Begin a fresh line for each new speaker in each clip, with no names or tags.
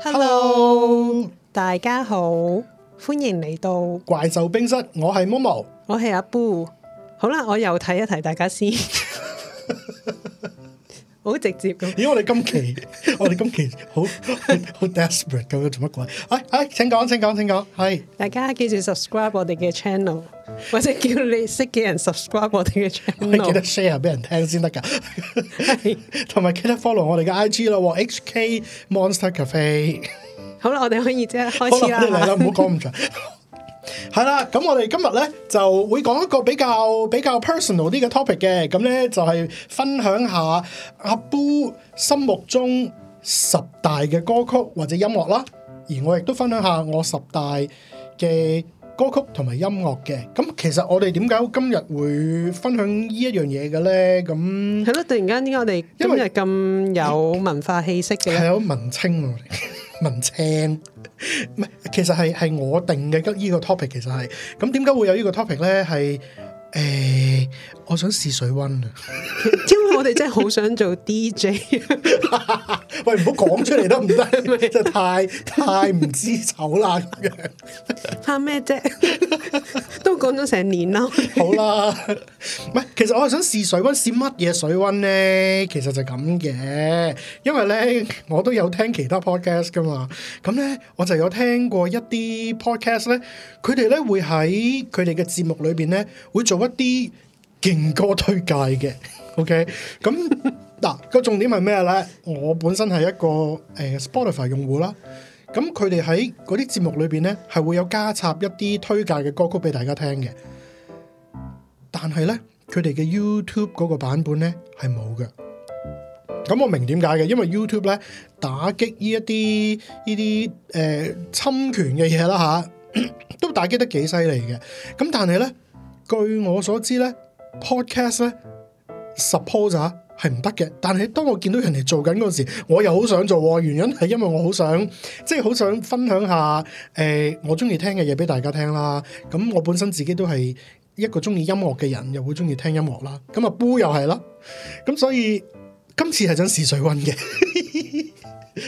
Hello，大家好，歡迎嚟到，我
怪獸冰室，我係 Momo，
係阿 Boo。好啦，我又睇一睇大家先， 好直接咁。
咦，我哋 今期，我哋今期好好好 desperate 咁樣做乜鬼？哎哎，請講，請講，請講，哎係
大家記住 subscribe 我哋嘅 channel，或者叫 你識嘅人 subscribe 我哋嘅
你哎記得
channel。
share 俾人聽先得㗎，
係
同埋記得 follow 我哋嘅 IG 啦喎，HK Monster Cafe。
好啦，我哋可以即刻
好
開始
啦，我哋嚟啦，唔好
啦。
講咁 長。係啦，咁我哋今日咧就會講一個比較比較 personal 啲嘅 topic 嘅，咁咧就係、分享下阿 Boo 心目中十大嘅歌曲或者音樂啦，而我亦都分享下我十大嘅歌曲同埋音樂嘅。咁其實我哋點解今日會分享呢一樣嘢嘅咧？咁
係咯，突然間點解我哋今日咁有文化氣息嘅
係
咧？
有文青喎，文青唔係，其實係係我定嘅呢個 topic，其實係咁點解會有呢個 topic 咧？係誒、我想試水温啊！
因為我哋真係好想做 DJ。
喂，唔好講出嚟得唔得？真係太太唔知醜啦咁樣。
怕咩啫？都講咗成年啦，
好啦，唔係，其實我係想試水温，試乜嘢水温咧？其實就咁嘅，因為咧我都有聽其他 podcast 噶嘛，咁咧我就有聽過一啲 podcast 咧，佢哋咧會喺佢哋嘅節目裏邊咧會做一啲勁歌推介嘅，OK，咁嗱個重點係咩咧？我本身係一個誒、呃 Spotify 用戶啦。咁佢哋喺嗰啲節目裏邊咧，係會有加插一啲推介嘅歌曲俾大家聽嘅。但係咧，佢哋嘅 YouTube 嗰個版本咧係冇嘅。咁我明點解嘅，因為 YouTube 咧打擊呢一啲呢啲誒侵權嘅嘢啦吓，都打擊得幾犀利嘅。咁但係咧，據我所知咧，podcast 咧 suppose 啊係唔得嘅。但係當我見到人哋做緊嗰時，我又好想做喎。原因係因為我好想即係好想分享下誒、呃我中意聽嘅嘢俾大家聽啦。咁我本身自己都係。一個中意音樂嘅人，又會中意聽音樂啦。咁啊，Boo 又係啦。咁所以今次係想試水温嘅，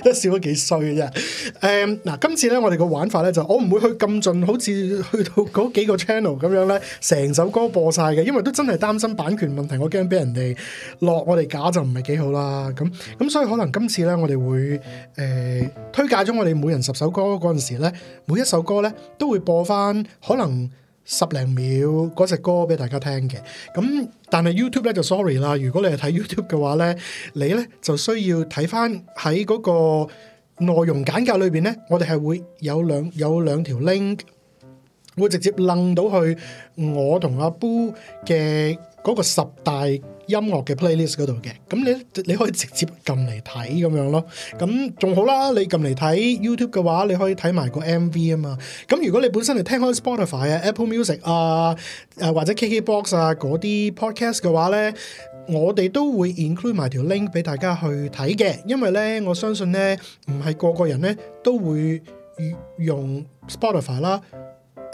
都笑得幾衰嘅啫。誒、嗱，今次咧我哋個玩法咧就我唔會去咁盡，好似去到嗰幾個 channel 咁樣咧，成首歌播晒嘅，因為都真係擔心版權問題，我驚俾人哋落我哋架就唔係幾好啦。咁咁所以可能今次咧我哋會誒、推介咗我哋每人十首歌嗰陣時咧，每一首歌咧都會播翻可能。十零秒嗰隻歌俾大家聽嘅，咁但係 YouTube 咧就 sorry 啦。如果你係睇 YouTube 嘅話咧，你咧就需要睇翻喺嗰個內容簡介裏邊咧，我哋係會有兩有兩條 link 會直接楞到去我同阿 Boo 嘅嗰個十大音樂嘅 playlist 嗰度嘅，咁你你可以直接撳嚟睇咁樣咯，咁仲好啦。你撳嚟睇 YouTube 嘅話，你可以睇埋個 MV 啊嘛。咁如果你本身係聽開 Spotify 啊、Apple Music 啊、誒或者 KKBox 啊嗰啲 podcast 嘅話咧，我哋都會 include 埋條 link 俾大家去睇嘅，因為咧我相信咧唔係個個人咧都會用 Spotify 啦。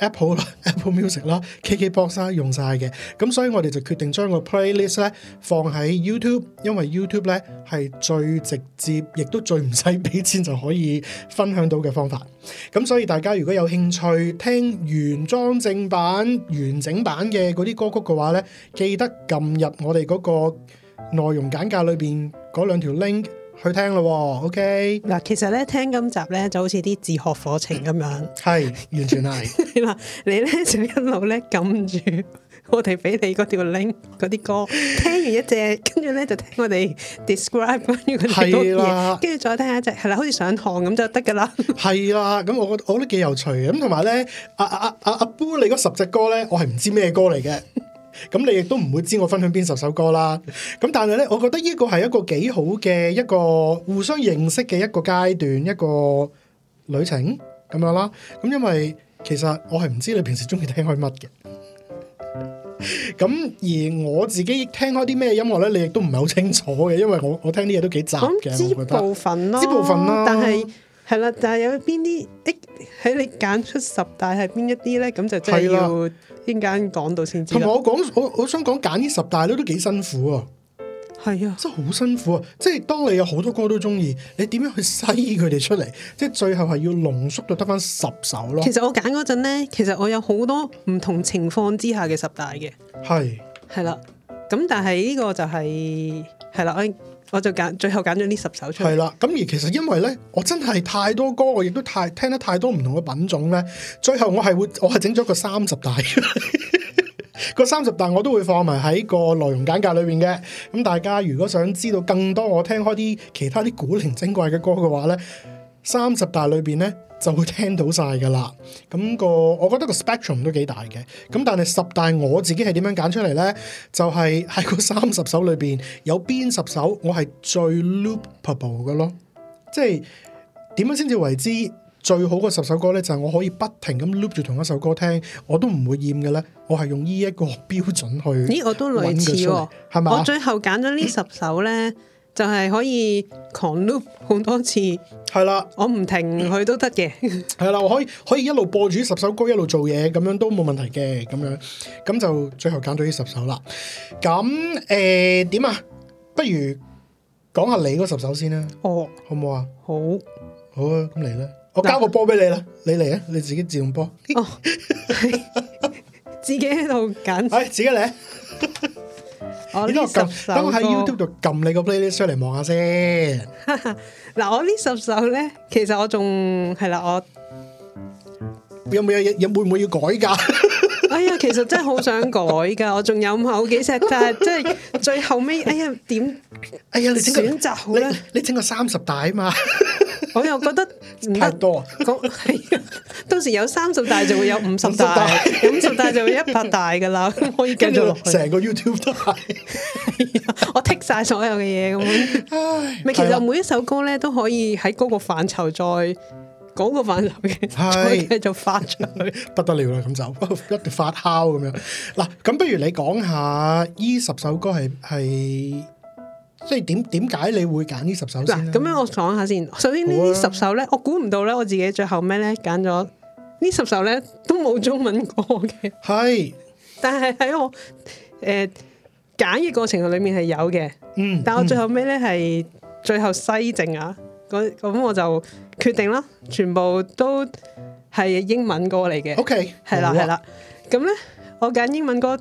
Apple 啦、Apple Music 啦、KKBox 啦用晒嘅，咁所以我哋就決定將個 playlist 咧放喺 YouTube，因為 YouTube 咧係最直接，亦都最唔使俾錢就可以分享到嘅方法。咁所以大家如果有興趣聽原裝正版、完整版嘅嗰啲歌曲嘅話咧，記得撳入我哋嗰個內容簡介裏邊嗰兩條 link 去聽咯喎。OK，
嗱，其實咧聽今集咧就好似啲自學課程咁樣，
係完全係。
係啦，你咧就一路咧撳住我哋俾你嗰條 link 嗰啲歌，聽完一隻，跟住咧就聽我 哋 describe 關於佢哋
係
嗰
啦
嘢，跟住再聽一隻，係啦，好似上堂咁就得噶啦。
係啦，咁我覺我覺得幾有趣嘅，咁同埋咧，阿阿阿阿阿 Boo 你嗰十隻歌咧，我係唔知咩歌嚟嘅， 咁你亦都唔會知我分享邊十首歌啦。咁但係咧，我覺得呢個係一個幾好嘅一個互相認識嘅一個階段，一個旅程咁樣啦。咁因為其實我係唔知你平時中意聽開乜嘅。咁而我自己聽開啲咩音樂咧，你亦都唔係好清楚嘅，因為我我聽啲嘢都幾雜
我諗
嘅，
知
我覺得。
部分咯，
知部分啦
但係係啦，但係有邊啲？誒，喺你揀出十大係邊一啲咧？咁就真係
係啦
要一陣間講到先知
同埋
啦。
我講，我我想講揀呢十大咧都幾辛苦啊！
係啊，
真係好辛苦啊！即係當你有好多歌都中意，你點樣去篩佢哋出嚟？即係最後係要濃縮到得翻十首咯
其。實我揀嗰陣咧，其實我有好多唔同情況之下嘅十大嘅，
係
係啦。咁但係呢個就係係啦，我我就揀最後揀咗呢十首出
係
嚟。
啦，咁而其實因為咧，我真係太多歌，我亦都太聽得太多唔同嘅品種咧，最後我係會我係整咗個三十大。 個三十大我都會放埋喺個內容簡介裏邊嘅，咁大家如果想知道更多我聽開啲其他啲古靈精怪嘅歌嘅話咧，三十大裏邊咧就會聽到晒㗎啦。咁、個我覺得個 spectrum 都幾大嘅。咁但係十大我自己係點樣揀出嚟咧？就係喺個三十首裏邊有邊十首我係最 loopable 嘅咯，即係點樣先至為之？最好嗰十首歌咧，就係、我可以不停咁 loop 住同一首歌聽，我都唔會厭嘅咧。我係用呢一個標準去，
咦，我都類似
搵佢出嚟
喎，
係嘛
我最後揀咗呢十首咧，就係可以狂 loop 好多次，
係啦，
我唔停佢都得嘅。
係啦，我可以可以一路播住呢十首歌，一路做嘢，咁樣都冇問題嘅，咁樣咁就最後揀咗呢十首啦。咁誒點啊？不如講下你嗰十首先啦，
哦，
好唔好啊？
好，哦，
好啊，咁嚟啦，我交個波俾你啦，你嚟啊，你自己自動
哦
波，
係自己喺度揀
係自己嚟啊。
我
你等
呢
我
十
撳，
首
等我喺
歌
YouTube 度撳你個 playlist 出嚟望下先。
嗱，我呢十首咧，其實我仲係啦，我
有冇有有會唔會要改㗎？
哎呀，其實真係好想改噶，我仲有某幾隻，但 係即係最後尾，哎呀點？
哎呀，你整個
選擇好啦
你你整個三十大啊嘛，
我又覺得唔
太
得。
多啊。
講係啊，到時有三十大就會有五十大
50，
五十大就會一百大噶 啦，咁可以繼
跟
續
住
落去。
成個 YouTube 都係，
係啊我剔晒所有嘅嘢咁樣。
唉
咪其
係啦
實每一首歌咧都可以喺嗰個範疇再嗰個範疇嘅，
係
再繼續發出去。
哎不得了啦，咁就 一定發酵咁樣。嗱，咁不如你講下呢十首歌係係即係點點解你會揀呢十首先
嗱，
啦
咁樣我講下先。首先
好啊
呢十首咧，我估唔到咧，我自己最後尾咧揀咗呢十首咧都冇中文歌嘅，
係
但係喺我誒揀嘅過程裏面係有嘅。
嗯，
但我最
嗯
後尾咧係最後西正啊，嗰咁我就決定啦，全部都係英文歌嚟嘅，
OK
係啦
好啊
係，啦。咁咧我揀英文歌，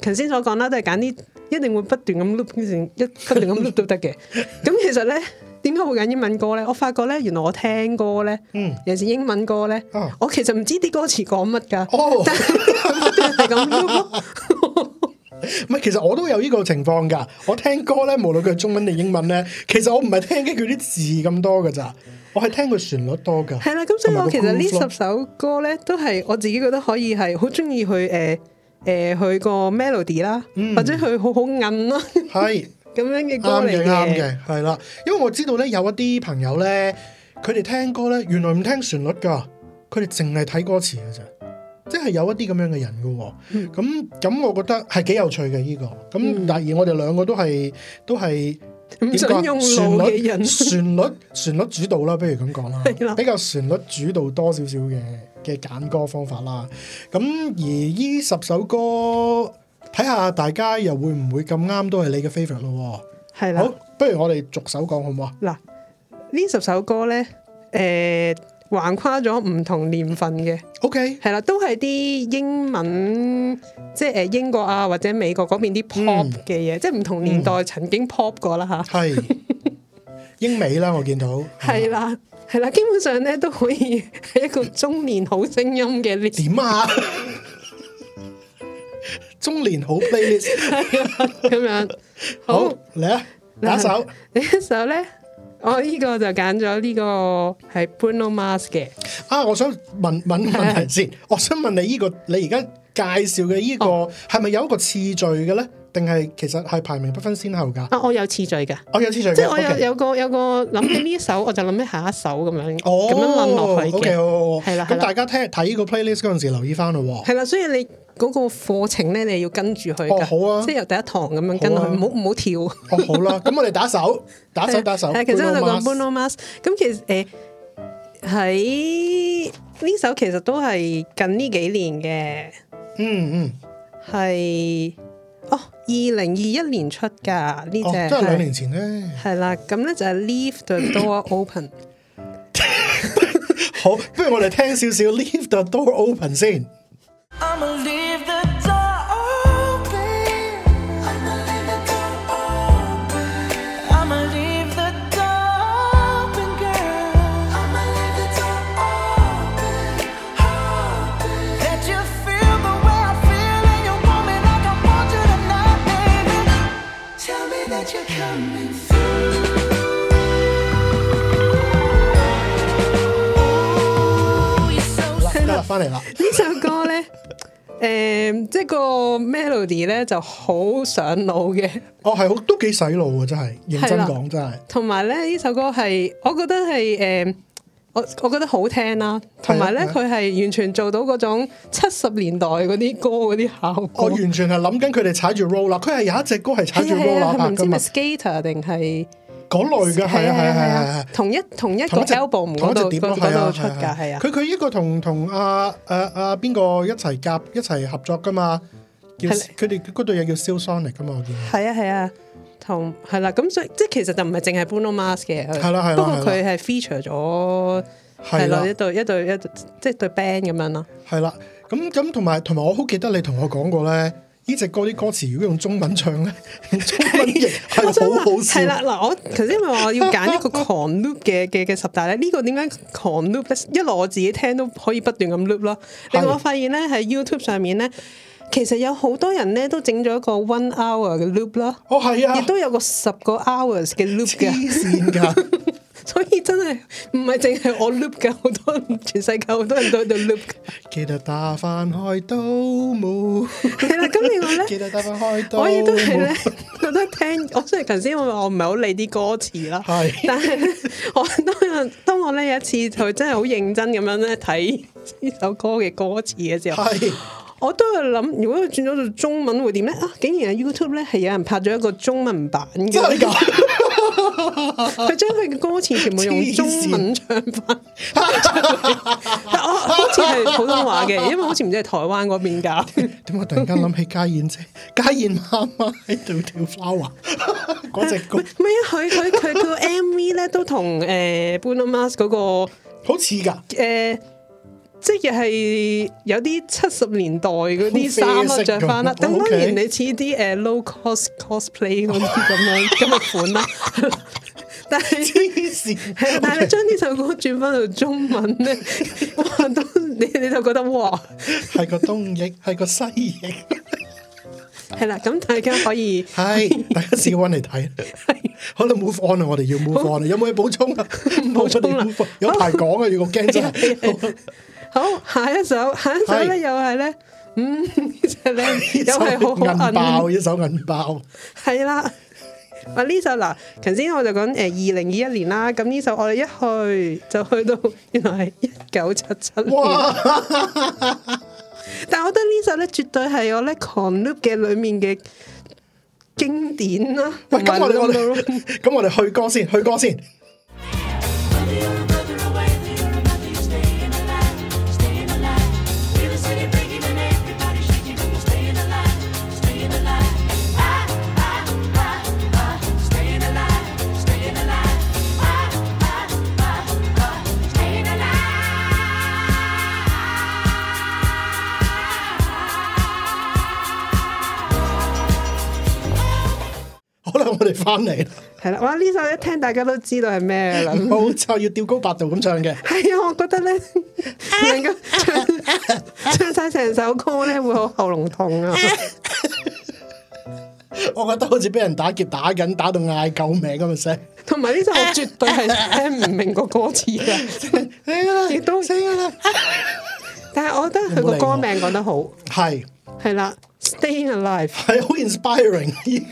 頭先所講啦，都係揀啲一定會不斷咁 loop 成一不斷咁 loop 都得嘅。咁其實咧，點解會揀英文歌咧？我發覺咧，原來我聽歌咧，
嗯
尤其是英文歌咧，
啊
我其實唔知啲歌詞講乜㗎，
哦。
但係不斷係咁 loop 咯。
唔係，其實我都有呢個情況㗎。我聽歌咧，無論佢係中文定英文咧，其實我唔係聽緊佢啲字咁多㗎咋，我係聽佢旋律多㗎。
係啦，咁所以我其實呢
同埋個 groove 咯
十首歌咧，都係我自己覺得可以係好中意佢誒誒佢個 melody 啦，
嗯
或者佢好好韌啦
係
咁樣嘅歌
啱
嚟
嘅，啱
嘅。
嘅，係啦。因為我知道咧，有一啲朋友咧，佢哋聽歌咧，原來唔聽旋律㗎，佢哋淨係睇歌詞㗎咋。即係有一啲咁樣嘅人㗎喎，
嗯
咁咁、我覺得係幾有趣嘅呢、個。咁但而我哋兩個都係都係
唔想用腦嘅人
點講啊旋律旋律旋律主導啦，不如咁講
係
啦，
啦
比較旋律主導多少少嘅嘅揀歌方法啦。咁而呢十首歌，睇下大家又會唔會咁啱都係你嘅 favorite 咯
係
喎。
啦
好，，不如我哋逐首講好唔好啊？
嗱呢十首歌咧誒橫跨咗唔同年份嘅，
OK，
係啦，都係啲英文即係誒英國啊或者美國嗰邊啲
嗯
pop 嘅嘢，即係唔同年代曾經 pop 過啦吓。
係英美啦，我見到
係啦，係啦，基本上咧都可以係一個中年好聲音嘅 list。
點啊？中年好 playlist，
咁樣
好
好，
嚟啊！第一首
呢一首咧，我呢個就揀咗呢個係 Bruno Mars 嘅，
啊，我想問 問問題先，我想問你呢、個你而家介紹嘅呢、個
哦
係咪、有一個次序嘅咧？定係其實係排名不分先後㗎？哦
啊，我有次序㗎，
我有次序嘅，
即係我有
OK
有個有個諗起呢一首，我就諗起下一首咁樣，
哦，
咁樣諗落去
O K，
嘅，
好好好，
係啦
咁
係啦
大家聽睇呢個 playlist 嗰陣時留意翻咯喎。
係啦，所以你嗰個課程咧，你要跟住佢
哦
㗎，
好啊
即係由第一堂咁樣跟落
好啊
去，唔好唔好跳。
哦，好 啦，咁我哋打手，打手，打手。
係其實我就
Bruno
講
Mars
Bruno Mars，咁其實誒喺呢首其實都係近呢幾年嘅。
嗯嗯，
係哦，二零二一年出㗎呢
哦，
只，
都係兩年前咧。
係啦，咁咧就係 Leave the Door Open。
好，不如我哋聽少少 Leave the door open 先。
I'ma leave the door open. I'ma leave the door open. I'ma leave the door open, girl. I'ma leave the door open. That you feel the way I feel and you want me like I want you tonight, baby. Tell me that you're coming through. Ooh, you're so
得啦，翻嚟啦。
呢首歌咧，诶、即係個 melody 咧就好上腦嘅，
哦，係好都幾洗腦啊！真係認真
係啦
講，真係。
同埋咧呢首歌係，我覺得係诶、誒我我覺得好聽啦，同埋咧
係啊係
佢係完全做到嗰種七十年代嗰啲歌嗰啲效
我
果。
完全係諗緊佢哋踩住 roll 啦，佢係有一隻歌哦係踩住 roll 啦
係咪唔知
㗎
咪，
嘛
skater 定係
嗰類嘅係啊係啊係啊係啊。
同一同一個
同一隻
album
同
嗰
一隻
度
碟
嗰
咯，
嗰
係啊
度出㗎，係啊
佢，佢依個同同阿阿阿邊個一齊夾一齊合作噶嘛？叫
係
佢哋嗰對嘢叫 Still Sonic 噶嘛？我見
係啊係啊，同係啦，咁所以即係其實就唔係淨係 Bruno Mars 嘅，佢
係啦係啦
不過
係啦
佢係 feature 咗。係
係啦
咯，一對一對一對即係對 band 咁樣咯。
係啦，咁咁同埋同埋我好記得你同我講過咧，呢只歌啲歌詞如果用中文唱咧， 用中文譯 係
我想
好好
問
笑
係。啦，嗱，我頭先咪話我要揀一個狂 loop 嘅 嘅嘅十大咧，呢個點解狂 loop 咧？一來我自己聽都可以不斷咁 loop 咯。另外我發現咧喺 YouTube 上面咧，其實有好多人咧都整咗一個 one hour 嘅 loop 咯，
哦，係啊
亦，都有個十個 hours 嘅 loop
黐
嘅，
線㗎！
所以真係唔係淨係我 loop 嘅，好多人全世界好多人都喺度 loop 㗎。
記得打翻開 刀冇，
係啦，咁另外咧。
記得打翻開刀冇。
我亦都係咧， 覺得聽我雖然頭先我話我唔係好理啲歌詞啦，
係
但係 咧，我當當我咧有一次佢真係好認真咁樣咧睇 呢首歌嘅歌詞嘅時候，
係
我都係諗，如果佢轉咗做中文會點咧？啊，竟然喺 YouTube 咧係有人拍咗一個中文版
真係
嘅，
㗎。
佢將佢嘅歌詞全部用
黐線
中文唱 翻，但 我好似係普通話嘅，因為好似唔知係台灣嗰邊搞。
點解突然間諗起家燕姐、 家燕媽媽喺度跳 flower 嗰只
唔
歌
係，唔係啊！佢佢佢個 MV 咧都同誒、呃 Bruno Mars 嗰、個、
好似㗎，
呃即係係有啲七十年代嗰啲衫
好啡色
啊着翻啦。
咁
咁當
OK
然你似啲誒 low cost cosplay 嗰啲咁 樣咁嘅款啦。 但係
黐線。
係啊但係你將呢首歌轉翻到中文咧， 哇！都你你就覺得哇，
係個東翼，係個西翼，
係啦。咁大家可以
係大家自己揾嚟睇。可能 move on 啊，我哋要 move on 啊，有冇嘢補充 啊？
補充啦
我哋 move on，有排講啊，如果驚真 係。
好，下一首，下一首
係
咧又係咧，嗯，呢只 咧又係好好
銀啊
摁
爆，一手銀爆，
係啦。啊呢首嗱，頭先我就講誒二零二一年啦，咁呢首我哋一去就去到 原來係一九七七年，
哇！
但我覺得呢首咧絕對係我咧狂 loop 嘅裡面嘅經典啦。
喂，咁我哋我
同埋 loop
哋
到
咁我哋去歌先，去歌先。好啦，我哋翻嚟啦，
係啦，哇！呢首一聽大家都知道係咩 啦。
冇錯，要吊高八度咁唱嘅。
係啊，我覺得咧，能夠唱唱晒成首歌咧，會好喉嚨痛啊！
我覺得好似俾人打劫打緊，打到嗌救命咁 嘅聲。
同埋呢首我絕對係聽唔明個歌詞 嘅，
死啦！
亦都
死啦！
但係我覺得佢個歌名講得好，
係
係啦，Staying Alive
係好 inspiring 呢、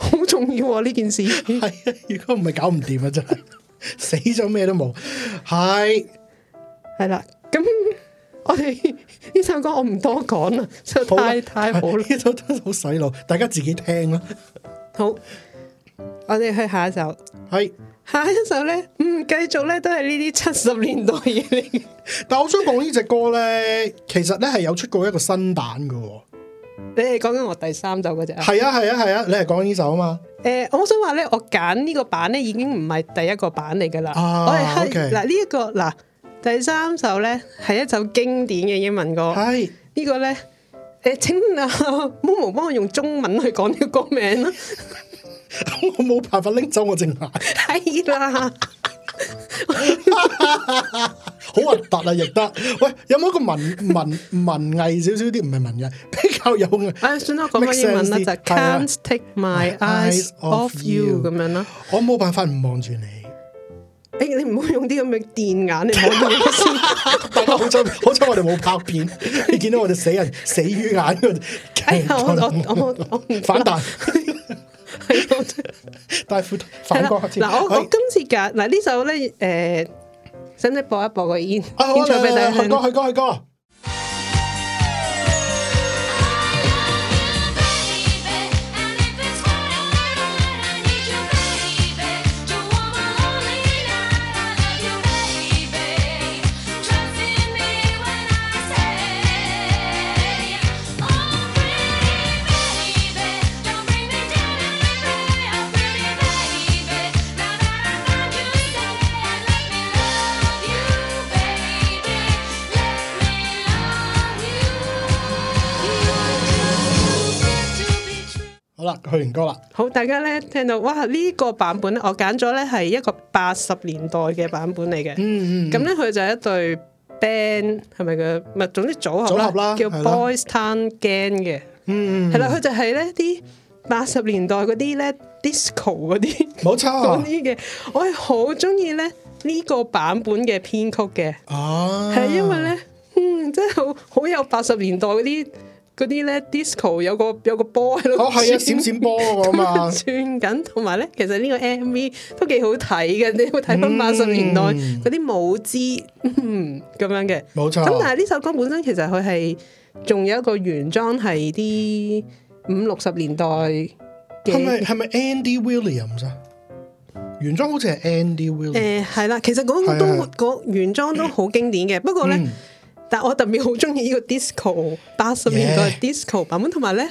好重要啊！呢件事
個係啊！如果唔係搞唔掂啊，真係 死咗咩都冇。係
係啦，咁我哋 呢首歌我唔多講啦，實
好啦
在太太好啦。
呢首都好洗腦，大家自己聽啦。
好，我哋去下一首，
係，
下一首咧，嗯，繼續咧都係呢啲七十年代嘢嚟嘅。
但我想講呢只歌咧，其實咧係有出過一個新版嘅喎。
你係講緊我第三首嗰只啊？
係啊係啊係啊，你係講呢首啊嘛？
誒、我想話咧，我揀呢個版咧已經唔係第一個版嚟㗎啦。
啊
我係
OK
嗱呢一個嗱第三首咧係一首經典嘅英文歌，
係
呢個咧誒請啊 Momo 幫我用中文去講呢個歌名啦，
我冇辦法拎走我隻眼， 好
係 啦，
核突啊！亦得，喂，有冇一個文文文藝少少啲？唔係文藝，比較有藝。
誒、啊算啦，我講翻
Make
英文啦，
sense
就
啲啊
Can't take my eyes off you 咁樣啦。。
我冇辦法唔望住你。
誒、你唔好用啲咁嘅電眼，你唔好 用啲
大家好彩，好彩我哋冇拍片，你見到我哋死人死魚眼嗰度，
哎呀我我我我唔
反彈，
係我真係
大副
係
反
啦
光黑添
嗱，我
哎
我今次揀嗱呢首咧，誒，使唔使播一播個煙？
啊好
煙
啦
唱俾大家
去
聽
歌。去歌去歌，
And if it's what I need you, baby. Don't want my lonely night. I love you, baby. Trust in me when I say, Oh, pretty baby, don't bring me down and pray. Oh, pretty baby, now that I found you, let me love you, baby. Let me love you. You too good to be true.
好啦，去完歌啦，
好，大家咧聽到哇呢個版本咧，我揀咗咧係一個八十年代嘅版本嚟嘅。
嗯嗯
咁咧佢就係一對 band 係咪嘅？唔係總之組合啦，
組合啦
叫
係啦
Boys Town Gang 嘅。
嗯，
係啦，佢就係咧啲八十年代嗰啲咧 disco 嗰啲
冇
嗰
錯，
啲嘅，我係好中意咧呢個版本嘅編曲嘅。
啊，
係因為咧，嗯，真係好好有八十年代嗰啲嗰啲咧 disco 有個有個波喺度，
哦係啊閃閃波嗰 個嘛
啊轉緊，同埋咧，其實呢個 MV 都幾好睇嘅，你會睇翻八十年代
嗯
嗰啲舞姿，嗯咁樣嘅，
冇錯
咁但係呢首歌本身其實佢係仲有一個原裝係啲五六十年代
係咪
嘅。
係咪 Andy Williams 啊？原裝好似係 Andy
誒
Williams，
係啦，其實嗰個都
係啊係啊
嗰原裝都好經典嘅，不過咧，
嗯
但我特別好中意呢個 disco 八十年代
Yeah
disco 版本，同埋咧，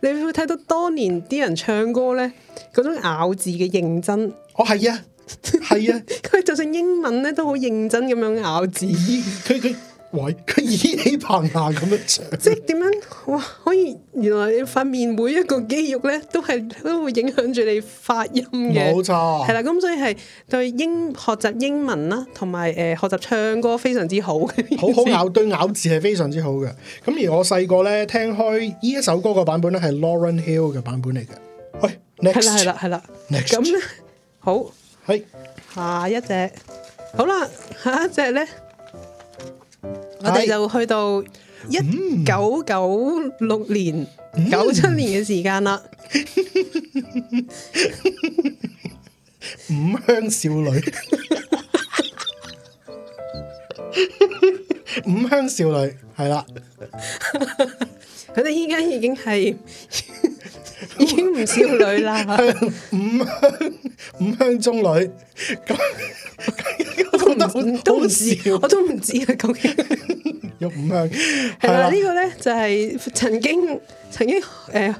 你會睇到當年啲人唱歌咧嗰種咬字嘅認真，
哦係啊係啊，
佢就算英文咧都好認真咁樣咬字，
咦佢佢喂佢依起棚牙咁樣唱。
即係點樣哇？可以原來你塊面每一個肌肉咧都係都會影響住你發音嘅，
冇錯
係啦，咁所以係對英學習英文啦，同埋誒學習唱歌非常之好嘅，
好好咬對咬字係非常之好嘅。咁而我細個咧聽開呢一首歌嘅版本咧係 Lauren Hill 嘅版本嚟嘅。喂
係啦係
，next
啦係啦，
Next
咁咧好
係
下一隻，好啦下一隻咧，我哋就去到一九九六年、
嗯
九七年嘅時間啦，
五香 少女，五香少女係啦，
佢哋依家已經 係已經唔少女啦，
啊五香五香中女咁。我覺得好
都
好
唔知，
笑，
我都唔知啊究竟。
有五香
係
係
啦，
啦，
呢個咧就係曾經曾經誒，呃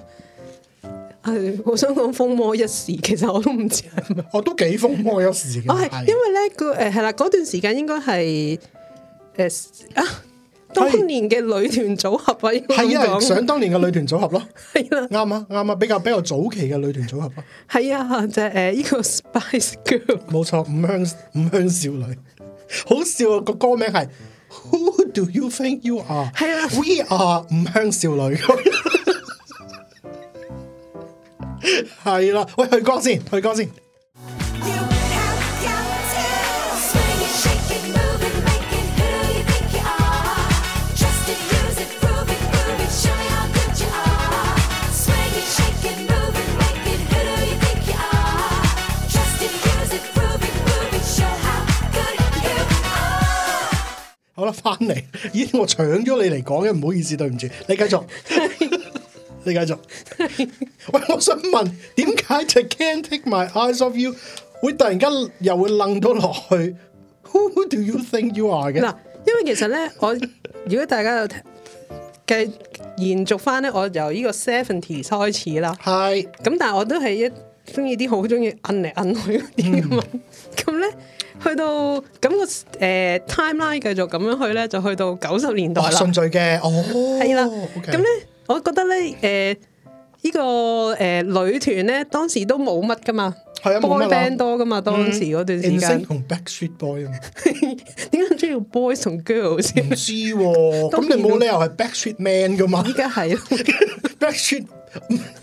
係好想講風魔一時，其實我都唔知係 咪。
我都幾風魔有時嘅，
我係因為咧個誒係啦，嗰段時間應該係誒啊，當年嘅女團組合啊，應該
係
咁
啊，
講
想當年嘅女團組合咯，
係啦，
啱啊啱啊，比較比較早期嘅女團組合咯。
係啊，就係誒呢個 Spice Girl。
冇錯，五香五香少女，好笑啊！個歌名係 Who do you think you are？
係啊
，We are 五香少女。 係啦，喂，去歌先，去歌先。
You have got to swing it, shake it, move it, make it who you think you are. Trust it, use it, prove it, prove it, show me how good you are. Swing it, shake it, move it, make it who you think you are. Trust it, use it, prove it, prove it, show how good you are.
好啦，翻 嚟，咦，我搶咗你嚟講嘅，唔好意思，對唔住，你繼續，你繼續。喂，我想問，點解隻 Can't Take My Eyes Off You 會突然間又會楞到落去 ？Who do you think you are 嘅？
嗱，因為其實咧，我如果大家有聽繼延續翻咧，我由呢個 seventies 開始啦。
係
咁但係我都係一中意啲好中意摁嚟摁去嗰啲咁嘛。咁咧、去到咁、個誒、呃 timeline 繼續咁樣去咧，就去到九十年代
哦
啦。
順序嘅，哦，
係啦，
OK
咁咧，我覺得咧，诶、呢、個个呃女團咧，當時都冇乜噶嘛
係啊冇
，boy
乜啊
band 多噶嘛，當時嗰段時
NSYNC
間，
同 Backstreet Boy 啊嘛，
點解中意 boys 同 girls
唔
先？
知喎，
都
咁你
見到
冇理由係 Backstreet Man 噶嘛
依家係咯，
，Backstreet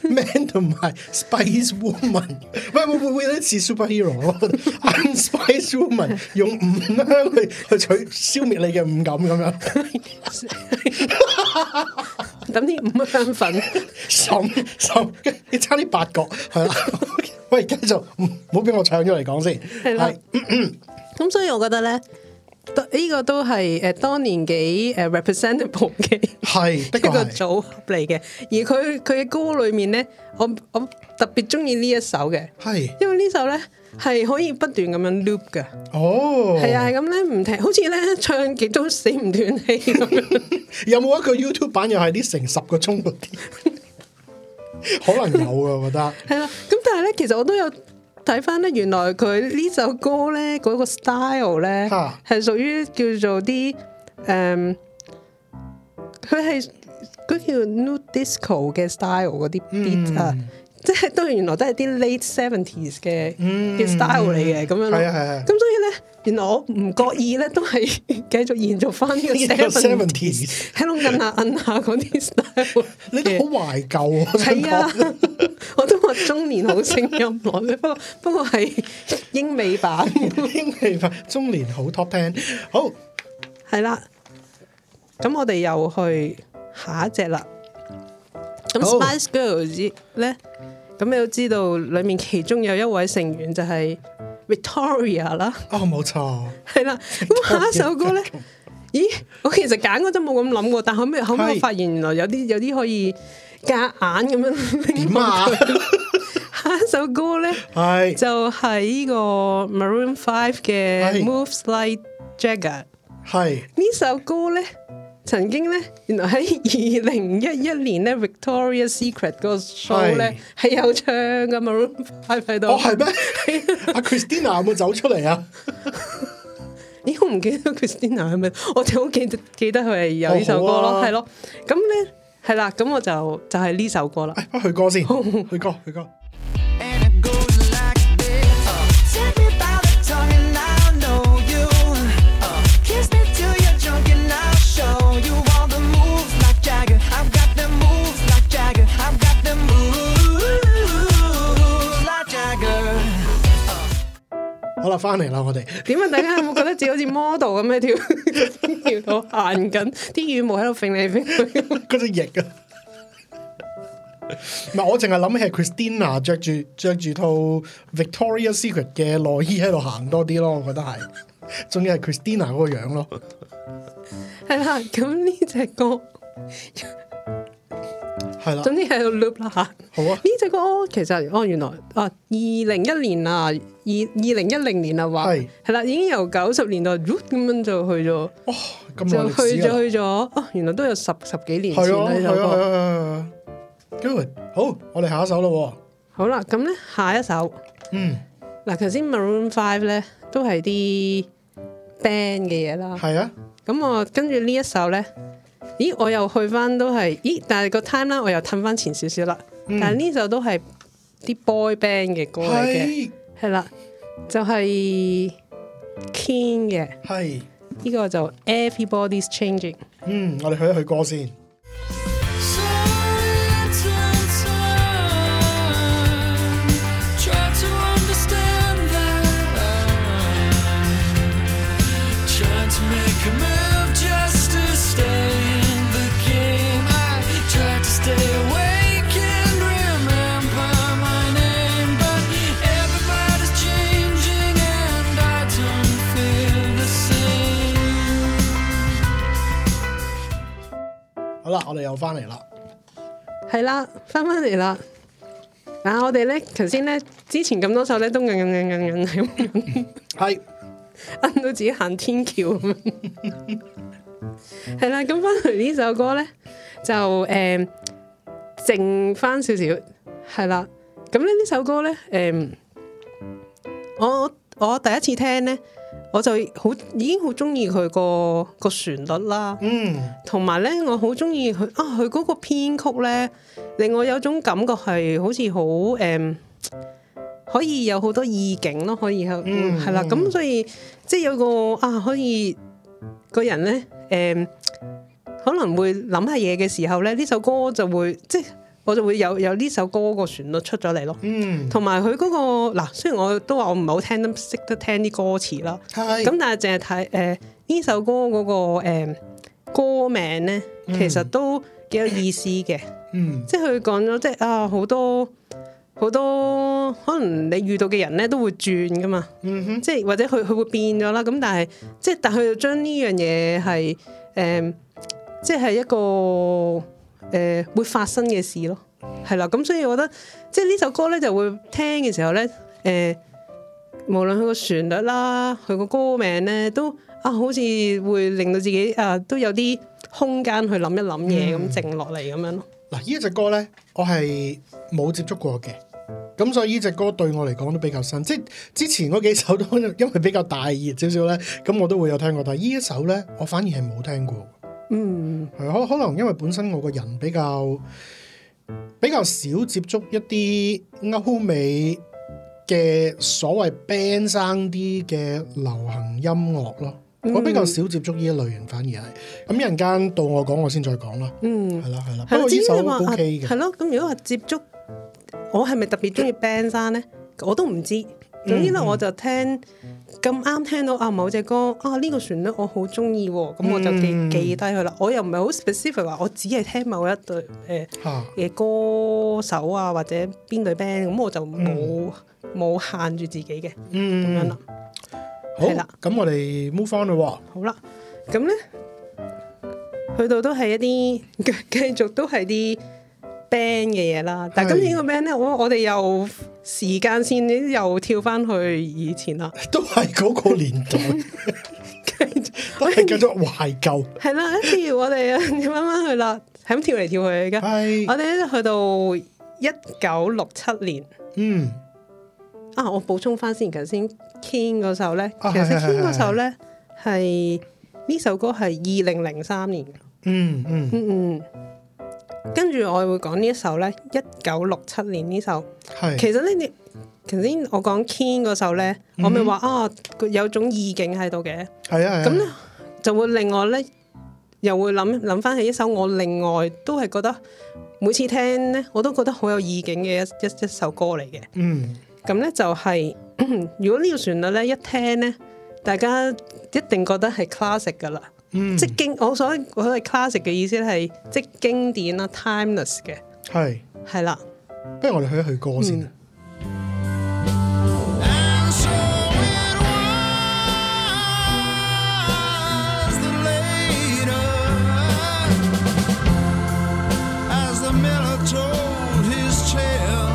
Man 同埋 Spice Woman，喂會會會有啲似 superhero 咯，I'm Spice Woman，用 五香去去取消滅你嘅五感咁樣，
抌啲五香粉，
滲滲，你差啲八角係 啦，喂繼續，uh, 唔唔好俾我搶咗嚟講先，
係啦
係。
咁所以我覺得咧。都呢個都係誒當年幾誒 representable 嘅
係的
一個
確係，
組合嚟嘅，而佢佢嘅歌裏面咧，我我特別中意呢一首嘅，
係
因為呢首咧係可以不斷咁樣 loop 嘅。
哦，
係啊，係咁咧唔停，好似咧唱極都死唔斷氣咁樣。
有冇一個 YouTube 版又係啲成十個鐘嗰啲？ 可能有啊，我覺得
係啦，咁但係咧，其實我都有睇翻咧，原來佢呢首歌咧嗰、個 style 咧
嚇
係屬於叫做啲誒，嗯佢係嗰叫 new disco 嘅 style 嗰啲 beat 啊。即係都原來都係啲 late seventies 嘅嘅 style 嚟嘅咁樣咯，
係啊係啊係
咁所以咧，原來我唔覺意咧都係 繼續延續翻呢個
呢個
seventies，
70s
喺度摁下摁下嗰啲 style 嘅。
你都好懷舊啊！
係啊
我想講，
我都話中年好聲音樂 啫，不過不過係英美 版，
英氣化中年好 top ten，好
係啦。咁我哋又去下一隻啦。咁
好
Spice Girls 咧，咁你都知道裡面其中有一位成員就係 Victoria 啦，
哦，冇錯，
係啦。咁下一首歌 咧，咦？我其實揀嗰陣冇咁諗過，但後尾後尾我
係
發現原來有啲有啲可以夾硬咁樣
點啊？
下一首歌咧。
係
就係呢個 Maroon Five 嘅
係
Moves Like Jagger
係
呢首歌咧，曾經咧，原來喺二零一一年咧 Victoria Secret 嗰個 show 咧係有唱嘅 Maroon Five 喺度。
哦，係咩？
係
阿 Christina 有冇走出嚟啊？
咦，我唔記得 Christina 係咪？我就好記得記得佢係有呢首歌
哦好
咯，
啊
係咯。咁咧係啦，咁我就就係呢首歌啦。
哎去歌先，去歌去歌。
And it goes like this. Take me by the tongue and I'll know you. Uh, Kiss me till you're drunk and I'll show you all the moves like Jagger. I've got the moves like Jagger. I've got the moves like Jagger.
好啦，翻嚟啦，我哋
點啊？大家有冇覺得自己好似 model 咁樣跳跳到行緊，啲羽毛喺度揈嚟揈去？
嗰隻翼啊！唔係，我淨係諗起係 Christina 着住着住套 Victoria Secret 嘅內衣喺度行多啲咯，我覺得係。仲要係 Christina 嗰個樣咯，
係啦，咁呢只歌，
啊係啦，
總之喺度 loop 啦吓。
好啊
呢只歌其實哦，原來啊，二零一年啊，二二零一零年啊，話
係
係啦，已經由九十年代 root 咁樣就去咗，
哇、咁耐
就
歷史
去
㗎啦
咗去咗，哦，原來都有十十幾年前
係啊
啦呢
係
首歌。
啊係啊係啊，good，好，我哋下一首咯
好啦，咁咧下一首
喎，嗯，
嗱，頭先 Maroon Five 咧都係啲 band 嘅嘢啦。
係啊，
咁我跟住呢一首呢，咦，我又去翻都係，咦，但係個 time 啦，我又褪翻前少少啦。但係呢首都係啲 boy band 嘅歌嚟嘅，
係
係啦，就係 Ken 嘅
係，
呢個就 Everybody's Changing。
嗯，我哋去一去歌先，
Try to understand that. Try to make a move just to stay in the game. I try to stay awake and remember my name, but everybody's changing and I don't feel the same.
好啦，我哋又翻嚟啦，
係啦，翻返嚟啦。嗱，我哋呢，頭先呢，之前咁多首呢，都硬硬硬硬硬係咁樣
係
摁到自己行天橋咁樣。 係啦，咁翻嚟呢首歌咧，就誒靜翻少少，係啦。咁咧呢首歌咧，誒、我我第一次聽咧，我就好已經好中意佢個個旋律啦，
嗯，
同埋咧我好中意佢啊佢嗰個編曲咧，令我有種感覺係好似好誒。可以有好多意境咯，可以係
嗯
係啦，咁
嗯
所以即係有個啊，可以個人咧，誒、可能會諗下嘢嘅時候咧，呢首歌就會即係我就會有有呢首歌個旋律出咗嚟咯。
嗯，
同埋佢嗰個嗱，雖然我都話我唔係好聽得識得聽啲歌詞啦，
係，
咁但係淨係睇誒呢首歌嗰、個、誒歌名咧，其實都幾有意思嘅。
嗯，
即係佢講咗，即係啊好多好多可能你遇到嘅人咧都會轉噶嘛，
嗯哼，
即係或者佢佢會變咗啦。咁但係即係但係佢就將呢樣嘢係誒，即係一個誒、呃、會發生嘅事咯，係啦。咁所以我覺得即係呢首歌咧就會聽嘅時候咧誒、呃，無論佢個旋律啦，佢個歌名咧都啊好似會令到自己啊都有啲空間去諗一諗嘢
嗯
咁靜落嚟咁樣咯。
嗱，呢一隻歌咧，我係冇接觸過嘅，咁所以呢隻歌對我嚟講都比較新。即係之前嗰幾首都 因為比較大熱少少咧，咁我都會有聽過，但係呢一首咧，我反而係冇聽過。
嗯。
係可可能因為本身我個人比較比較少接觸一啲歐美嘅所謂 band 生啲嘅流行音樂咯，
嗯
我比較少接觸呢一類型，反而係咁一陣間到我講我先再講啦。
嗯，
係啦係啦，
係
不
啦，
過
至
呢
於
首
你話啊
O K
係
嘅，
咯，咁如果話接觸，我係咪特別中意 band 山咧？我都唔知。
嗯
總之咧，我就聽咁啱聽到啊某隻歌啊呢個旋律我好中意喎，咁我就記
嗯
記低佢啦。我又唔係好 specific 話，我只係聽某一隊誒
嚇
嘅歌手啊或者邊隊 band，咁我就冇冇限住自己嘅咁樣
嗯
啦。
好
係啦
咁我哋 move on 咯
好啦，咁咧去到都係一啲 繼續都係啲 band 嘅嘢啦。但係今年個 band 咧，我我哋又時間線又跳翻去以前啦，
喎， 都係嗰個年代，都係繼續懷 舊，
係啦，譬如我哋啊 跳翻翻去啦，係咁跳嚟跳去而家。我
係
哋咧去到一九六七年
嗯
啊，我補充翻先，頭先 Ken 嗰首咧，
啊
其實
係係係
Ken 嗰
係
首咧係呢首歌係二零零三年嘅。
嗯嗯
嗯嗯，跟住我會講呢一首咧，一九六七年呢首。
係
其實呢，你頭先我講 Ken 嗰首咧，我咪話啊，佢有種意境喺度嘅，
係啊係啊
咁咧就會令我咧又會諗諗翻起一首我另外都係覺得每次聽咧我都覺得好有意境嘅一一一首歌嚟嘅。
嗯。
咁咧就係、 如果呢個旋律咧一聽咧，大家一定覺得係 classic 噶啦。
嗯
即係經我所我所謂 classic 嘅意思係即係經典啦，timeless 嘅
係，
係啦，
不如我哋去一去歌先
嗯
啊。
And so it was that later, as the miller told his tale,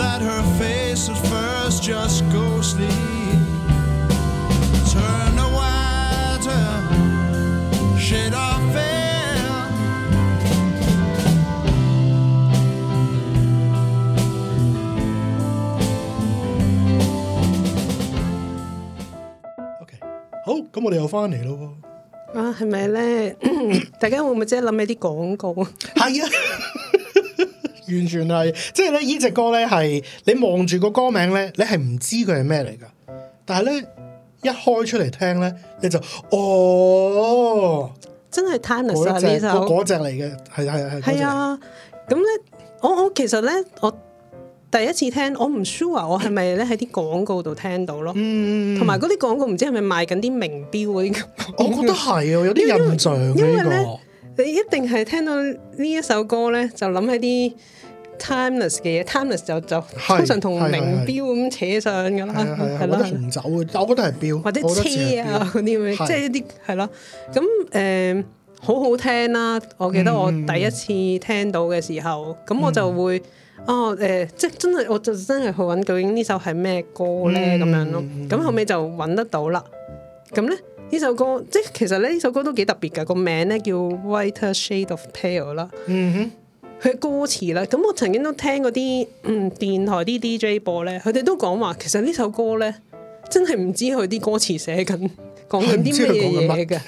that her face at first just ghostly turned a whiter shade of fair.
OK，好，咁我哋又翻嚟咯
啊係咪 咧？大家會唔會即係諗起啲廣告啊？
喎。係啊， 完全係，即係咧，呢只歌咧係你望住個歌名咧，你係唔知佢係咩嚟噶，但係咧一開出嚟聽咧，你就哦，
真係 timeless 啊
嗰只
呢首
嗰隻嚟嘅，係係係，
係啊，咁咧我我其實咧我第一次聽我唔 sure 我係咪咧喺啲廣告度聽到咯，
嗯，
同埋嗰啲廣告唔知係咪賣緊啲名錶嗰啲廣告
我覺得係啊，有啲印象
因為
嘅呢
你一定係聽到呢一首歌咧，就諗起啲 timeless 嘅嘢，timeless 就就
係
通常同
係係
名錶咁扯上噶
個，
啦，
係啊係啊，
係
我覺得
啦，
紅酒啊，但我覺得係標，
或者
我覺得似
車
係
啊
標
嗰啲咁
係
樣，即係一啲係咯。咁誒好好聽啦！我記得我
嗯
第一次聽到嘅時候，咁我就會哦誒，即係真係我就
嗯
真係去揾究竟呢首係咩歌咧咁樣咯。咁後尾就揾得到啦。咁咧呢首歌即係其實咧呢首歌都幾特別㗎，個名咧叫 Whiter Shade of Pale 啦。
嗯哼，
佢嘅歌詞啦，咁我曾經都聽嗰啲嗯電台啲 DJ 播咧，佢哋都講話其實呢首歌咧真係唔知佢啲歌詞寫 緊講緊啲咩嘢嘢嘅，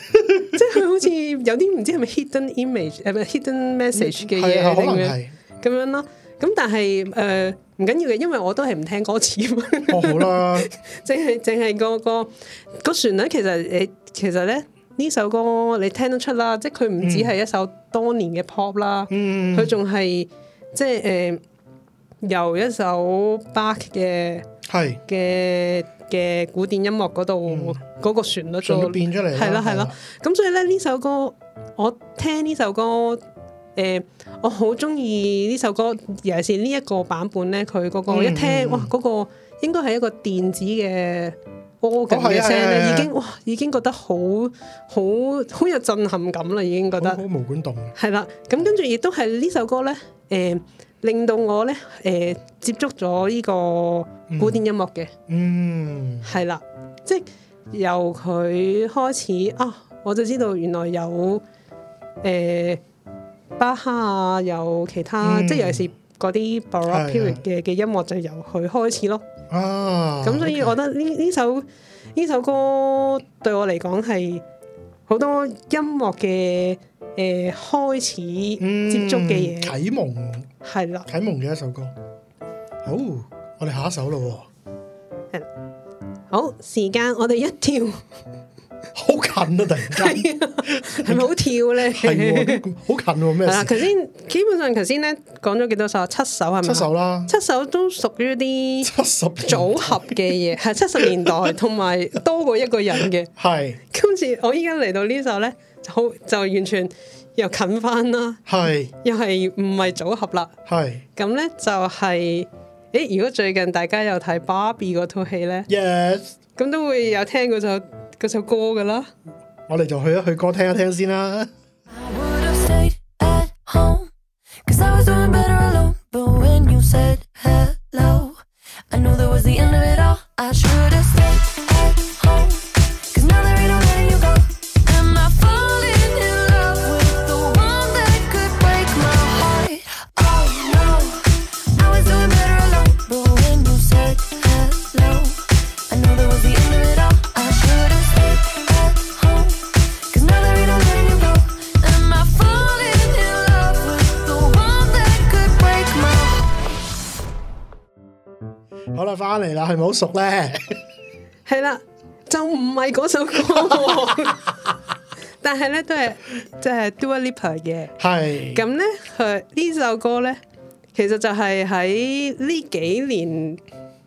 即係佢好似有啲唔知係咪 hidden image 誒唔係 hidden message 嘅
係啊
嘢
可
定
能
咩
係
咁樣咯。咁但係誒唔緊要嘅，因為我都係唔聽歌詞啊嘛。
哦好 啦，
淨係淨係個個個旋律其實誒其實咧呢首歌你聽得出啦，即係佢唔止係一首當年嘅 pop 啦，
嗯
佢仲係即係誒、由一首 Bach 嘅
係
嘅嘅古典音樂嗰度嗰個旋律
嗯順
度
便變出嚟啦
係啦
係
係
啦
啦。咁所以咧呢首歌我聽呢首歌。誒、我好中意呢首歌，尤其是呢一個版本咧，佢嗰
嗯
個一聽，哇，嗰、個應該係一個電子嘅 organ
係
嘅聲
啊係啊係
咧，
啊
已經哇，已經覺得好好好有震撼感啦，已經覺
好
得
好毛管動，
係啦。咁跟住亦都係呢首歌咧，誒、令到我咧誒、接觸咗呢個古典音樂嘅。
嗯，
係啦，即係由佢開始啊，我就知道原來有誒、巴哈啊，有其他，
嗯
即係尤其是嗰啲 baroque
係
period 嘅嘅音樂就由佢開始咯。
啊，
咁、所以我覺得呢呢首呢首歌對我嚟講係好多音樂嘅誒、開始
嗯
接觸嘅嘢，
啟蒙
係啦、
啟蒙嘅一首歌。好，我哋下一首咯
好，時間我哋一 跳，
喎， 好近啊！突然間
係咪好跳咧？
係喎，好近喎，咩
係啦，
事？
頭先基本上頭先咧講咗幾多啊首？七首係咪？
七首啦
七首都屬於啲
七十組
組合嘅嘢，係七十年 代同埋多過一個人嘅。
係
今次我依家嚟到呢首咧，就好就完全又近翻啦，
係
又係唔係組合啦？
係
咁咧就係、誒，如果最近大家有睇芭比嗰套戲咧，
yes，
咁都會有聽嗰首嗰首歌噶啦。
我哋就去一去歌聽一聽先啦。
I would have stayed at home, cause I was doing better alone. But when you said hello, I knew that was the end of it all. I should have stayed at home, cause now there ain't no letting you go. Am I falling in love with the one that could break my heart? Oh no, I was doing better alone. But when you said hello, I knew that was the end of it all. I should have stayed at home, cause now there ain't no letting you go. Am I falling in love with the one that could break my heart?
好啦，翻嚟啦，係咪好熟咧？
係啦，就唔係嗰首歌喎，但係咧都係即係 Dua Lipa 嘅。
係
咁咧，佢呢首歌咧，其實就係喺呢幾年誒、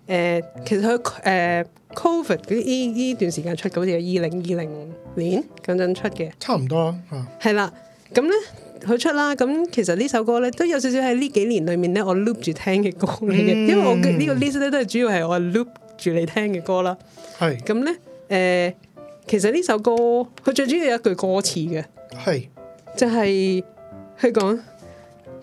呃其實佢誒、呃 Covid 呢呢呢段時間出嘅，好似係二零二零年嗰陣出嘅，
差唔多啊，
係啦。咁咧佢出啦，咁其實呢首歌咧都有少少喺呢幾年裏面咧，我 loop 住聽嘅歌嚟嘅，因為我嘅呢個 list 咧都係主要係我 loop 住你聽嘅歌啦。
係
咁咧，誒、其實呢首歌佢最主要有一句歌詞嘅，
係
就係佢講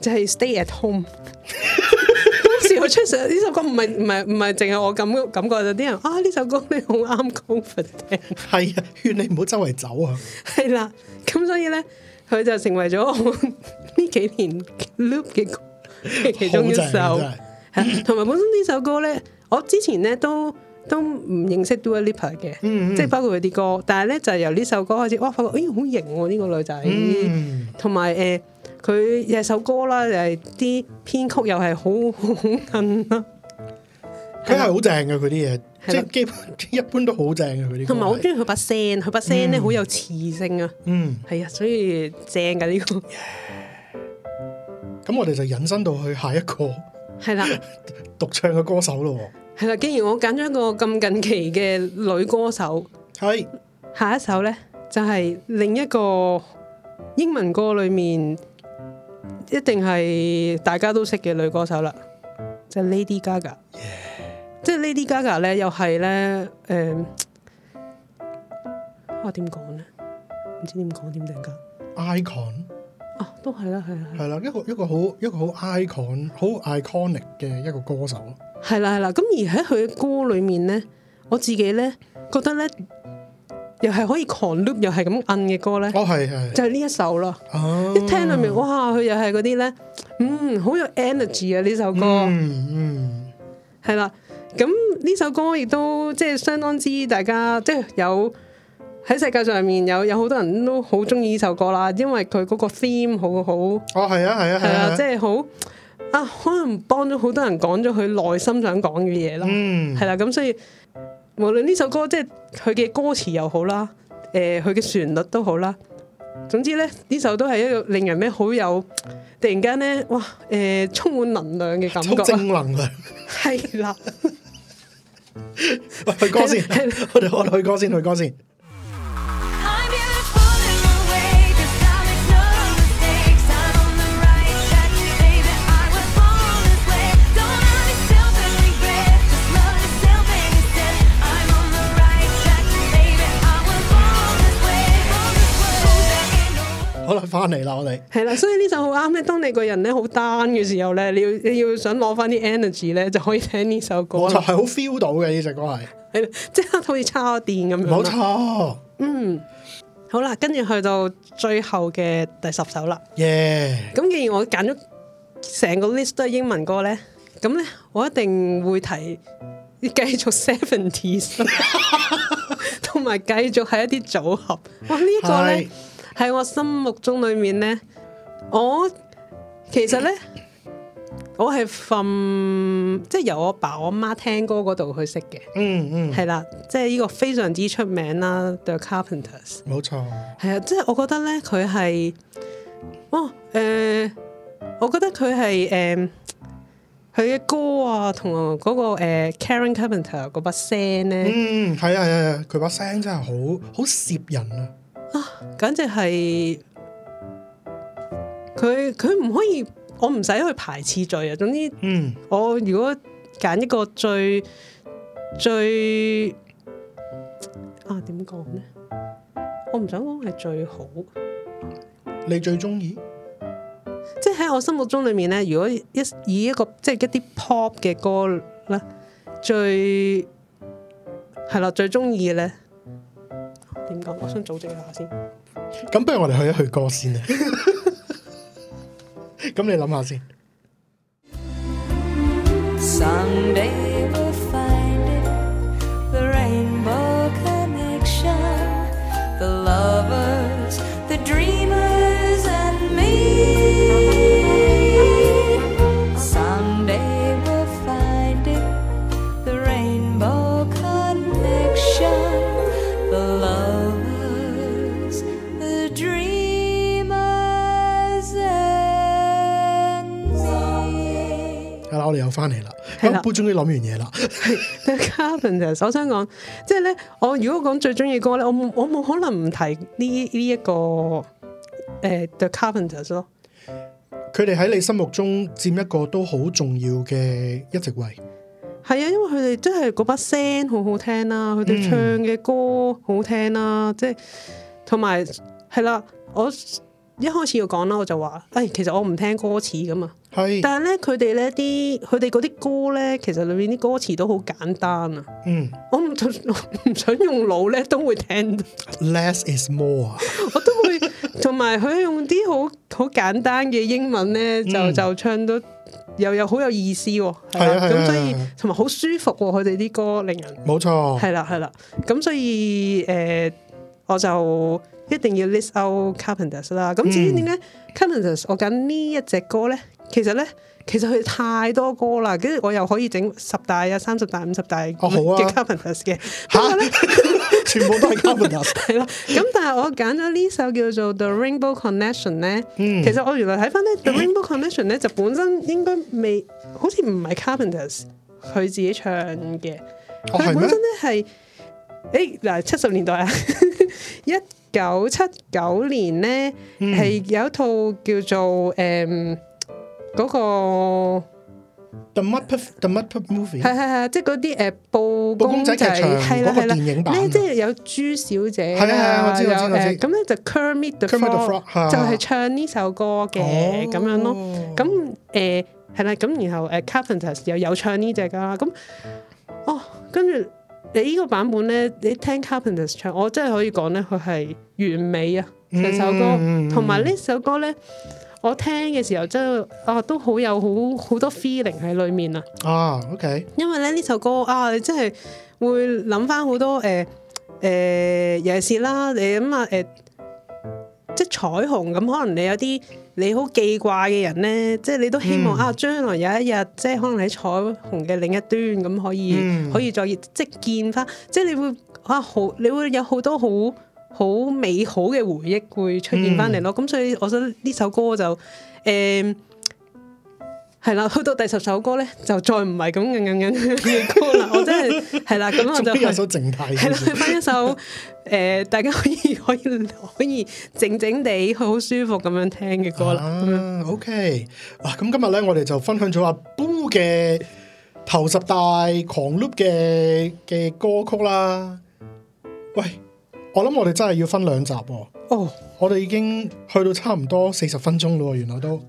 就係、stay at home。當時佢出實呢首歌唔係唔係唔係淨係我感感覺就啲人啊呢首歌咧好啱 comfort 聽，
係啊，勸你唔好周圍走啊！
係啦，咁所以咧佢就成為咗我 呢幾年 loop 嘅歌嘅其中一
好正啊
首
真係。
係同埋本身呢首歌咧，我之前咧都都唔認識 Dua Lipa 嘅，
嗯嗯
即係包括佢啲歌，但係咧就係由呢首歌開始，哇！發覺哎咦好型喎呢個女仔，
嗯，
同埋誒佢有首歌啦，又係啲編曲又係好 好好近啦，
佢係好正嘅，佢啲嘢，
係
即
啦
係基本 一般都好正嘅佢啲歌係。
同埋我好中意佢把聲，佢把聲咧好有磁性啊，
嗯，
係啊，所以正㗎呢個
咁我哋就引申到去下一個
係啦。
獨唱嘅歌手咯
係啦，既然我揀咗一個咁近期嘅女歌手，
喎。係
下一首呢，就係、另一個英文歌裏面一定係大家都識嘅女歌手啦，就係 Lady Gaga。即係 Lady Gaga 呢，又係呢，誒、我點講呢？唔知點講點突然間
icon
啊，都係啦，係啦，係啦
係啦，一個一個好一個好 icon 好 iconic 嘅一個歌手。
係啦係啦，咁而喺佢嘅歌裏面咧，我自己咧覺得咧，又係可以狂 loop 又係咁摁嘅歌咧，
哦係係，
就係呢一首咯。
哦
一聽裏面，哇！佢又係嗰啲咧，嗯，好有 energy 啊！呢首歌
嗯
係啦，咁呢首歌亦都即係相當之大家即係有喺世界上面有有好多人都好中意呢首歌啦，因為佢嗰個 theme 好好
嗯，哦係啊係啊
係啊，即
係啊，
係好啊，可能幫咗好多人講咗佢內心想講嘅嘢啦，
嗯
係啦，咁所以無論呢首歌即係佢嘅歌詞又好啦，誒佢嘅旋律都好啦，總之咧呢首都係一個令人咧好有突然間咧哇誒、呃充滿能量嘅感
好
覺啊，
正能量。
係啦，
喂，去歌先
係啦，
我哋我哋去歌先，去歌先。
I'm beautiful in my way, cause I make no mistakes. I'm on the right track, baby. I was born this way. Don't have yourself in regret, just love yourself and instead. I'm on the right track, baby. I was born this way, born this way. Hold back and know.
好啦，翻嚟啦，我哋
係啦，所以呢首好啱咧。當你個人咧好 down 嘅時候咧，你要你要想攞翻啲 energy 咧，就可以聽呢首歌
我就係
啦，
好 feel 到嘅呢只歌係，
係啦即刻好似叉電咁樣啦。
冇錯，
好啦，跟住去到最後嘅第十首啦。
耶！
咁既然我揀咗成個 list 都係英文歌咧，咁咧我一定會提繼 續 seventies，同埋繼續係一啲組合。哇！呢一個咧喺我心目中裏面咧，我其實咧我係 from 即係由我爸我媽聽歌嗰度去識嘅，
嗯嗯，
係啦，即係呢個非常之出名啦，The Carpenters。
冇錯，
係啊，即係我覺得咧，佢係，哦，誒、我覺得佢係誒，佢、嘅歌啊，同嗰、個、誒 Karen Carpenter 嗰把聲咧，
嗯，係啊係啊係啊，佢把聲真係好好攝人啊，
簡直係佢佢唔可以，我唔使去排次序啊。總之，
嗯，
我如果揀一個最最啊點講咧，我唔想講係最好。
你最中意？
即係喺我心目中裏面咧，如果一以一個即係一啲 pop 嘅歌咧，最係啦，最中意嘅咧點講？我想組織一下先。
咁不如我哋去一去歌先啊！ 咁你諗下先，
Someday we'll find it the rainbow connection, the lovers, the dreamers, and me. Someday we'll find it the rainbow connection, the lovers, the dreamers, and me.
係啦，我哋又翻嚟啦。
係啦
咁杯終於諗完嘢啦，
The Carpenters，我想講，即係咧，我如果講最中意嘅歌咧，我冇我冇可能唔提呢呢一個誒、呃 The Carpenters 咯。
佢哋喺你心目中佔一個都好重要嘅一席位。
係啊，因為佢哋真係嗰把聲好好聽啦，佢哋唱嘅歌好聽啦，即係同埋係啦。我一開始要講啦，我就話，誒、哎其實我唔聽歌詞噶嘛，
係，
但係咧，佢哋咧啲佢哋嗰啲歌咧，其實裏面啲歌詞都好簡單啊。
嗯
我唔想 我唔想用腦咧，都會聽到，
，less is more 啊，
我都會同埋佢用啲好好簡單嘅英文咧，就、
嗯
就唱到又又好有意思喎、係
係啊係
啦
啊
咁所以
係啊係哦啊
同埋好舒服喎、佢哋啲歌令人。
冇錯。
係啦，係啦，咁所以誒、我就一定要 list out Carpenters 啦。咁
嗯
至於點解 Carpenters 我揀呢一隻歌咧？其實咧，其實佢太多歌啦，跟住我又可以整十大啊、三十大、五十大嘅
哦好啊
Carpenters 嘅。不過
吓
咧，
全部都係 Carpenters。
係啦，咁但係我揀咗呢首叫做 The Rainbow Connection 咧，
嗯
其實我原來睇翻咧 The Rainbow Connection 咧就本身應該未，好似唔係 Carpenters 佢自己唱嘅，
哦
佢
係咩
本身咧係，誒嗱七十年代啊， 一九七九年咧
嗯
係有一套叫做誒嗰個
The Muppet The Muppet
係
Movie
係係，即係嗰啲誒布公仔，
布公仔劇場
係啦
嗰個
係啦，
電影版啊
咧即係有朱小姐
係啊係啊我知
有
我知我知
誒咁咧就 Kermit the
Kermit the
Frog
Frog，係啊
就係唱呢首歌嘅
哦
咁樣咯。咁呃誒呃係啦，咁然後誒 Carpenters 又有唱呢只噶啦，咁哦跟住你呢個版本咧，你聽 Carpenters 唱，我真係可以講咧，佢係完美啊！成首歌
嗯，
同埋呢首歌咧，我聽嘅時候真係啊，都好有好好多 feeling 喺裡面啊！
啊，OK，
因為咧呢首歌啊，你真係會諗翻好多誒誒，尤其是啦，你諗下誒，即係彩虹咁，可能你有啲你好記掛嘅人咧，即係你都希望、
嗯
啊，將來有一日即係可能喺彩虹嘅另一端咁，可以、
嗯
可以再即係見翻，即係你會啊好，你會有好多好。好美好嘅回憶會出現翻嚟咯，咁、所以我覺得呢首歌就誒。嗯係啦，去到第十首歌咧，就再唔係咁硬硬硬嘅歌啦。我真係係啦，咁我啊就
仲有
去
首靜態
係
先
啦， 去翻一首 誒，大家可以可以可以靜靜地，好舒服咁樣聽嘅歌啦。
啊，OK，哇！咁今日咧，我哋就分享咗阿 Boo 嘅頭十大狂 loop 嘅嘅歌曲啦。喂，我諗我哋真係要分兩集喎、
哦，
我哋已經去到差唔多四十分鐘咯喎，原來都。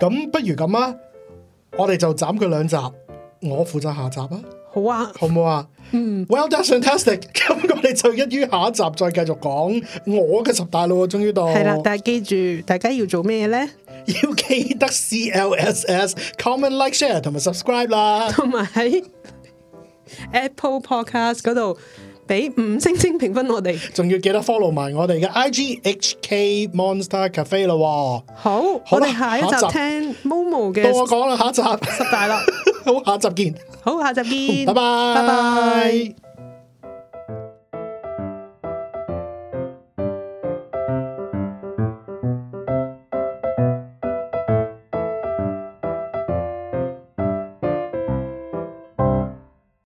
咁不如咁啊，我哋就斬佢兩集，我負責下集啊，
好啊，
好唔好啊？嗯，Well that's fantastic！咁我哋就一於下一集再繼續講我嘅十大咯喎，終於到。
係啦，但係記住大家要做咩咧，
要記得 CLSS comment like share 同埋 subscribe 啦。
同埋喺 Apple Podcast 嗰度俾五星星評分我哋。
仲要記得 follow 埋我哋嘅 IG HK Monster Cafe 咯
好，
好
我
啦
哋下一
下
集
一集
聽 Momo
喎，到我
嘅
講啦，下一集，
十大啦。
好，下一集見，
好，下集見，
拜拜，
拜拜。